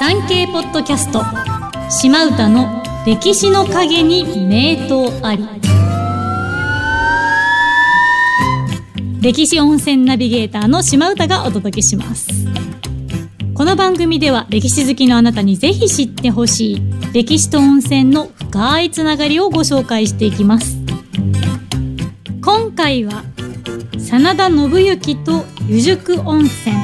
産経ポッドキャスト島唄の歴史の陰に名刀あり歴史温泉ナビゲーターの島唄がお届けしますこの番組では歴史好きのあなたにぜひ知ってほしい歴史と温泉の深いつながりをご紹介していきます今回は真田信行と湯宿温泉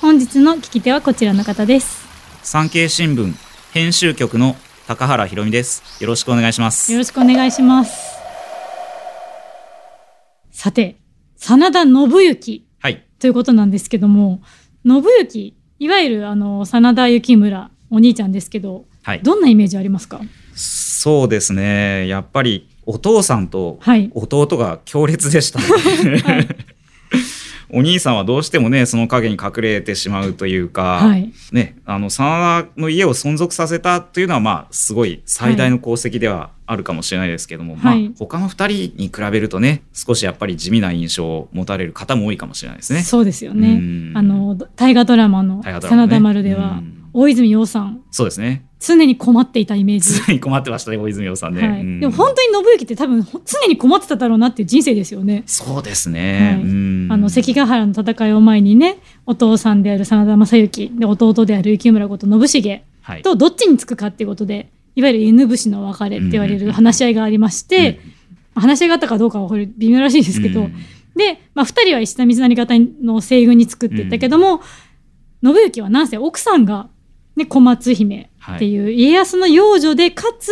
本日の聞き手はこちらの方です産経新聞編集局の高原ひろみですよろしくお願いしますよろしくお願いしますさて真田信行はいということなんですけども信行いわゆるあの真田幸村お兄ちゃんですけどはいどんなイメージありますかそうですねやっぱりお父さんとはい弟が強烈でした、 はいお兄さんはどうしてもねその影に隠れてしまうというか、はいねあの真田の家を存続させたというのはまあすごい最大の功績ではあるかもしれないですけども、はいまあ他の二人に比べるとね少しやっぱり地味な印象を持たれる方も多いかもしれないですね。そうですようねんあの大河ドラマの大「河ドラマ真ね田丸」ではうん大泉洋さんそうですね。常に困っていたイメージ常に困ってましたね、大泉洋さんね。はうい、んでも本当に信行って多分ほ常に困ってただろうなっていう人生ですよね。そうですね。はいうんあの関ヶ原の戦いを前にねお父さんである真田昌幸で弟である幸村こと信繁はい、とどっちにつくかっていうことでいわゆる犬伏の別れって言われる話し合いがありまして、話し合いがあったかどうかはこれ微妙らしいですけど、うんで、まあ、2人は石田三成方の西軍につくって言ったけども、信行はなんせ奥さんが、ね、小松姫っていう家康の養女でかつ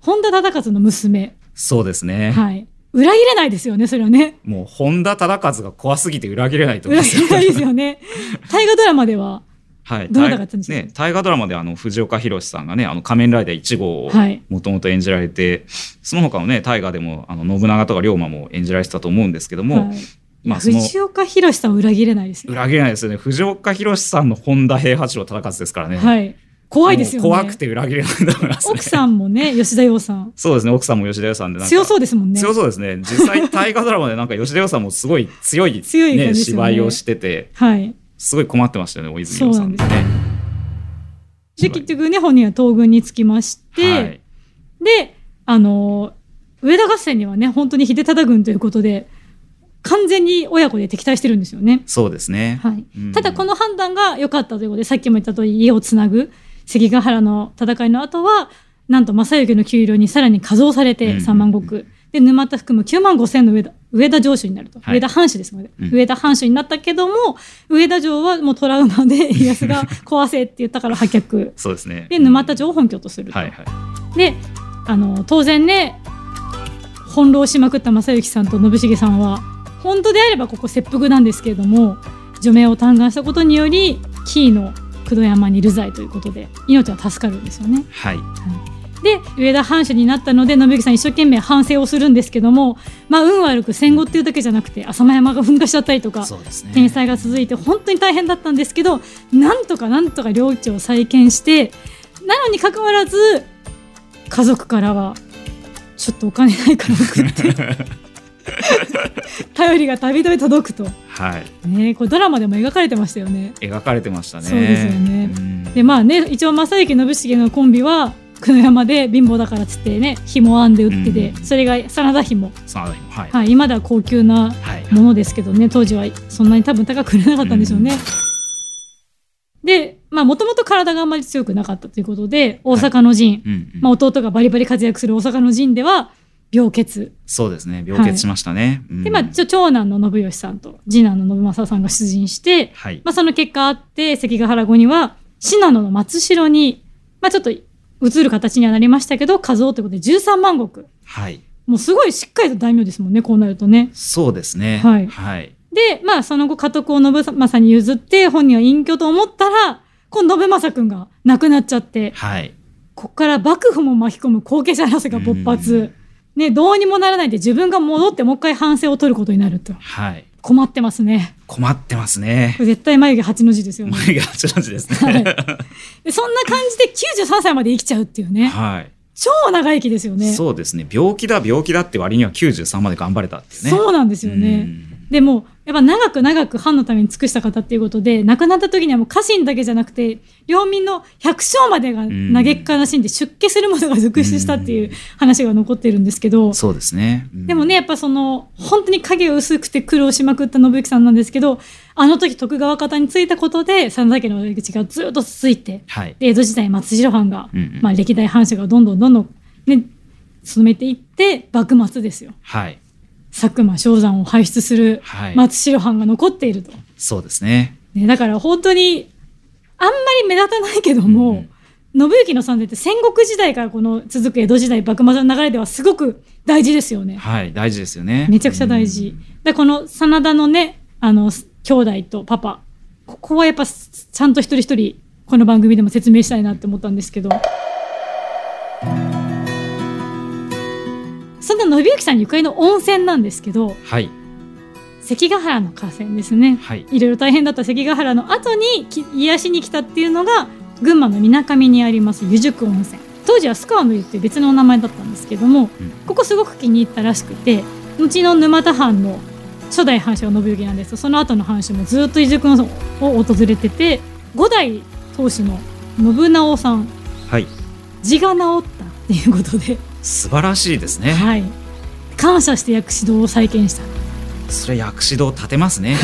本田忠勝の娘。そうですね。はい。裏切れないですよね、それはね。もう本田忠勝が怖すぎて裏切れないと思い裏ます切 れないですよね。大河ドラマでは、はい。どなたがやったんですかね、大河ドラマであの藤岡弘さんがね、あの仮面ライダー1号をはいもともと演じられて、その他のね、大河でもあの信長とか龍馬も演じられてたと思うんですけども、はいまあその藤岡弘さんを裏切れないですね。裏切れないですよね。藤岡弘さんの本田平八郎忠勝ですからね。はい。怖いですよね。もう怖くて裏切れないと思います、ね。奥さんも ね、吉田羊さん。そうですね、奥さんも吉田屋さんでなんか強そうですもんね。強そうですね実際大河ドラマでなんか吉田洋さんもすごい強い,、ね強い感じですよね芝居をしててはい。すごい困ってましたよね大泉洋さんそうなんね。で、結局ね、本人は東軍につきまして、はい、で、あのー上田合戦にはね、本当に秀忠軍ということで、完全に親子で敵対してるんですよね。そうですね、はいうん、ただこの判断が良かったということでさっきも言った通り家をつなぐ関ヶ原の戦いの後はなんと正行の給料にさらに加増されうてん3万石、で沼田含む9万5千の上田上田城主になると、はい上田藩主ですので、うん上田藩主になったけども上田城はもうトラウマで家康 が壊せって言ったから破却そうですねで沼田城を本拠とすると、はいはいであの当然ね翻弄しまくった正行さんと信繁さんは本当であればここ切腹なんですけれども除名を嘆願したことにより紀伊の工藤山に流罪ということで命は助かるんですよね。はいで上田藩主になったので信行さん一生懸命反省をするんですけども、まあ、運悪く戦後っていうだけじゃなくて浅間山が噴火しちゃったりとかそうですね天災が続いて本当に大変だったんですけどなんとかなんとか領地を再建してなのにかかわらず家族からはちょっとお金ないから送って 頼りがたびたび届くと、はいねえ、これドラマでも描かれてましたよね。描かれてましたねそうですよねうんでまあね一応正行信繁のコンビは久野山で貧乏だからっつってね紐編んで売ってて、うんそれが真田紐、真田もはい、はい、今では高級なはいものですけどね当時はそんなに多分高く売れなかったんでしょうね。でまあもともと体があんまり強くなかったということで大阪の陣、うんうんまあ、弟がバリバリ活躍する大阪の陣では病欠そうですね病欠しましたね、うんで、まあ、ちょ長男の信義さんと次男の信正さんが出陣して、はいまあ、その結果あって関ヶ原後には信濃の松代に、まあ、ちょっと移る形にはなりましたけど数をということで13万石はいもうすごいしっかりと大名ですもんねこうなるとね。そうですねはいはい、で、まあ、その後、家督を信正に譲って、本人は隠居と思ったら、今度、信正くんが亡くなっちゃって、はい、ここから幕府も巻き込む後継者争いが勃発。ね、どうにもならないで、自分が戻って、もう一回反省を取ることになると。はい、困ってますね。困ってますねこれ絶対眉毛8の字ですよね。前が8の字ですはいね、でそんな感じで93歳まで生きちゃうっていうね。 はい超長生きですよね。そうですね病気だ病気だって割には93まで頑張れたっていうねそうなんでですよね。でもやっぱ長く長く藩のために尽くした方っていうことで亡くなった時にはもう家臣だけじゃなくて領民の百姓までがん嘆き悲しんで出家する者が続出したっていう話が残ってるんですけどそうですね、うんでもねやっぱその本当に影を薄くて苦労しまくった信之さんなんですけどあの時徳川方についたことで真田家の悪口がずっと続いてはいで江戸時代松代藩が、うんうんまあ、歴代藩主がどんどんどんどんね進めていって幕末ですよはい佐久間象山を輩出するはい、松代藩が残っていると。そうですねね、だから本当にあんまり目立たないけども、うん信行の三代って戦国時代からこの続く江戸時代幕末の流れではすごく大事ですよね。はい大事ですよねめちゃくちゃ大事。でこの真田のねあの兄弟とパパここはやっぱちゃんと一人一人この番組でも説明したいなって思ったんですけど。そんな信行さんゆかりの温泉なんですけどうんはい関ヶ原の河川ですね。はいいろいろ大変だった関ヶ原の後にき癒しに来たっていうのが群馬のみなかみにあります湯宿温泉当時は須川の湯っていう別のお名前だったんですけども、うんここすごく気に入ったらしくて後の沼田藩の初代藩主は信行なんですけどその後の藩主もずっと湯宿温泉を訪れてて五代当主の信直さんはい字が直ったっていうことで、素晴らしいですね、はい、感謝して薬師堂を再建したそれ薬師堂立てますね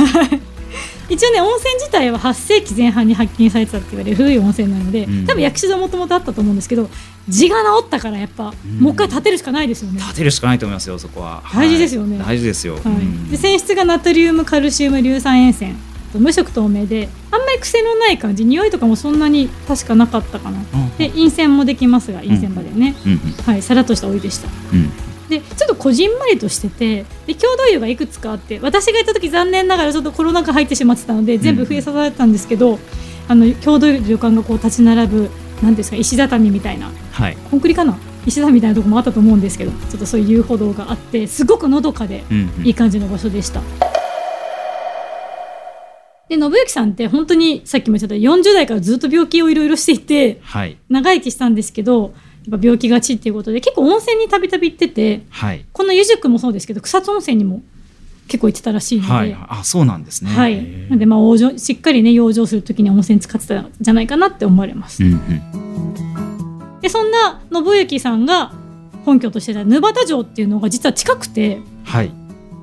一応ね温泉自体は8世紀前半に発見されてたって言われる古い温泉なので、うん多分薬師堂もともとあったと思うんですけど地が治ったからやっぱ、うんもう一回建てるしかないですよね。立てるしかないと思いますよそこは大事ですよねはい大事ですよ、はい、うんで泉質がナトリウムカルシウム硫酸塩泉と無色透明であんまり癖のない感じ匂いとかもそんなに確かなかったかな。うんで陰泉もできますが陰泉場でね、うんはいさらっとしたお湯でした。うんうんでちょっとこじんまりとしててで共同湯がいくつかあって私が行った時残念ながらちょっとコロナ禍入ってしまってたので全部封鎖されてたんですけど、あの共同湯の旅館がこう立ち並ぶ何ですか石畳みたいなはいコンクリかな石畳みたいなとこもあったと思うんですけどちょっとそういう遊歩道があってすごくのどかでうんうんいい感じの場所でした。で信行さんって本当にさっきも言っちゃった40代からずっと病気をいろいろしていてはい長生きしたんですけどやっぱ病気がちっていうことで結構温泉にたびたび行っててはいこの湯宿もそうですけど草津温泉にも結構行ってたらしいので、ははいいあそうなんですねへーなんでまあ往生しっかりね養生する時には温泉使ってたんじゃないかなって思われます、うんうんでそんな信行さんが本拠としてた沼田城っていうのが実は近くてはい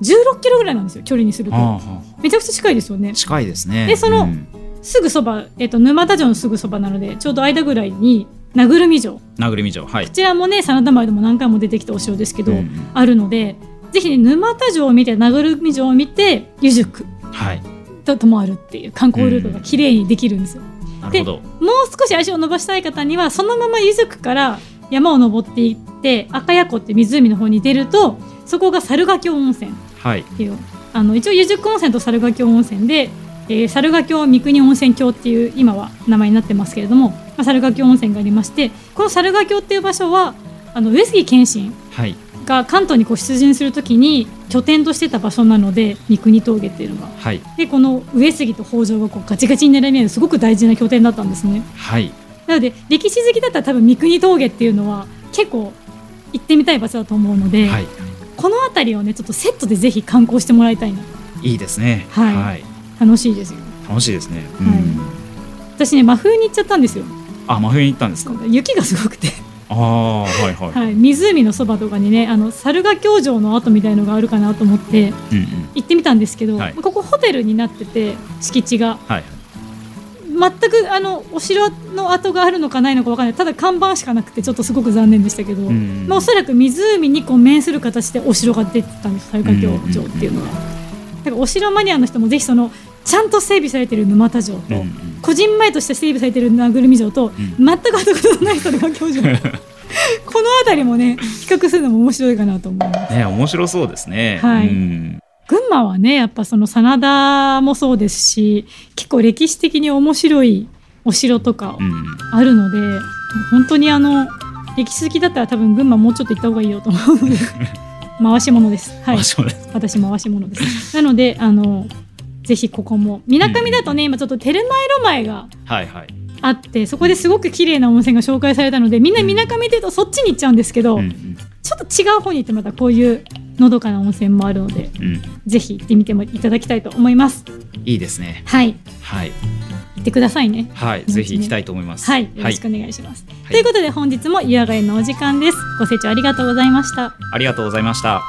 16キロぐらいなんですよ距離にするああとはめちゃくちゃ近いですよねあ近いですねでそのうんすぐそば、えっと沼田城のすぐそばなのでちょうど間ぐらいに名ぐるみ城こ殴りみ城はいちらもね真田丸でも何回も出てきたお城ですけど、うんうんあるのでぜひね沼田城を見て名ぐるみ城を見て湯宿はいと泊まるっていう観光ルートが綺麗にできるんですよ、なるほどもう少し足を伸ばしたい方にはそのままゆずくから山を登っていって赤谷湖って湖の方に出るとそこが猿ヶ京温泉っはいていうあの一応ゆずく温泉と猿ヶ京温泉で、えー猿ヶ京三国温泉郷っていう今は名前になってますけれども、まあ、猿ヶ京温泉がありましてこの猿ヶ京っていう場所はあの上杉謙信はいが関東にこう出陣するときに拠点としてた場所なので三国峠っていうのがはいでこの上杉と北条がこうガチガチに並び合うすごく大事な拠点だったんですねはいなので歴史好きだったら多分三国峠っていうのは結構行ってみたい場所だと思うので、はいこの辺りをねちょっとセットでぜひ観光してもらいたいないいですねはいはい楽しいですよ楽しいですねうはいん私ね真冬に行っちゃったんですよあ真冬に行ったんですか雪がすごくて、ああはいはいはい、湖のそばとかにねあの猿ヶ京城の跡みたいのがあるかなと思ってうんうん行ってみたんですけど、はいここホテルになってて敷地がはい全くあのお城の跡があるのかないのかわかんないただ看板しかなくてちょっとすごく残念でしたけど、うんまあ、おそらく湖にこう面する形でお城が出てたんです猿ヶ京城っていうのは。だからお城マニアの人もぜひそのちゃんと整備されてる沼田城うんうと、ん個人こじんまりとして整備されてる名ぐるみ城と、う全く跡形のない猿ヶ京 城この辺りもね比較するのも面白いかなと思います。ね面白そうですねはいうん群馬はねやっぱその真田もそうですし結構歴史的に面白いお城とかうんあるのでもう本当にあの歴史好きだったら多分群馬もうちょっと行った方がいいよと思う ので回し物ですはいあそうです私回し物ですなのであのぜひここもみなかみだとね、今ちょっとテルマエロマエがはいはいあってそこですごく綺麗な温泉が紹介されたのでみんな水上っていうとそっちに行っちゃうんですけど、うんちょっと違う方に行ってまたこういうのどかな温泉もあるのでうんうんぜひ行ってみてもいただきたいと思いますいいですねはいはい行ってくださいねはい気持ちねぜひ行きたいと思いますはいよはろいしくお願いします、はいということで本日も湯上がりのお時間ですご清聴ありがとうございましたありがとうございました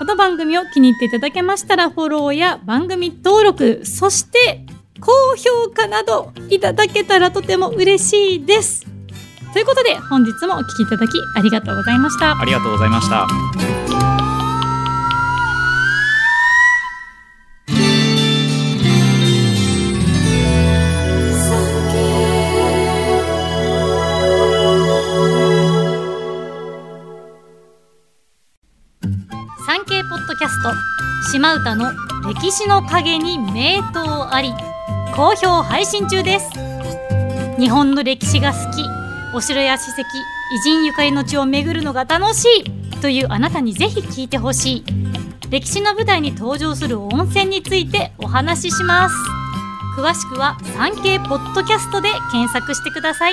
この番組を気に入っていただけましたらフォローや番組登録そして高評価などいただけたらとても嬉しいですということで本日もお聞きいただきありがとうございましたありがとうございました産経ポッドキャスト島唄の歴史の陰に名刀あり好評配信中です日本の歴史が好きお城や史跡偉人ゆかりの地を巡るのが楽しいというあなたにぜひ聞いてほしい歴史の舞台に登場する温泉についてお話しします詳しくは産経ポッドキャストで検索してください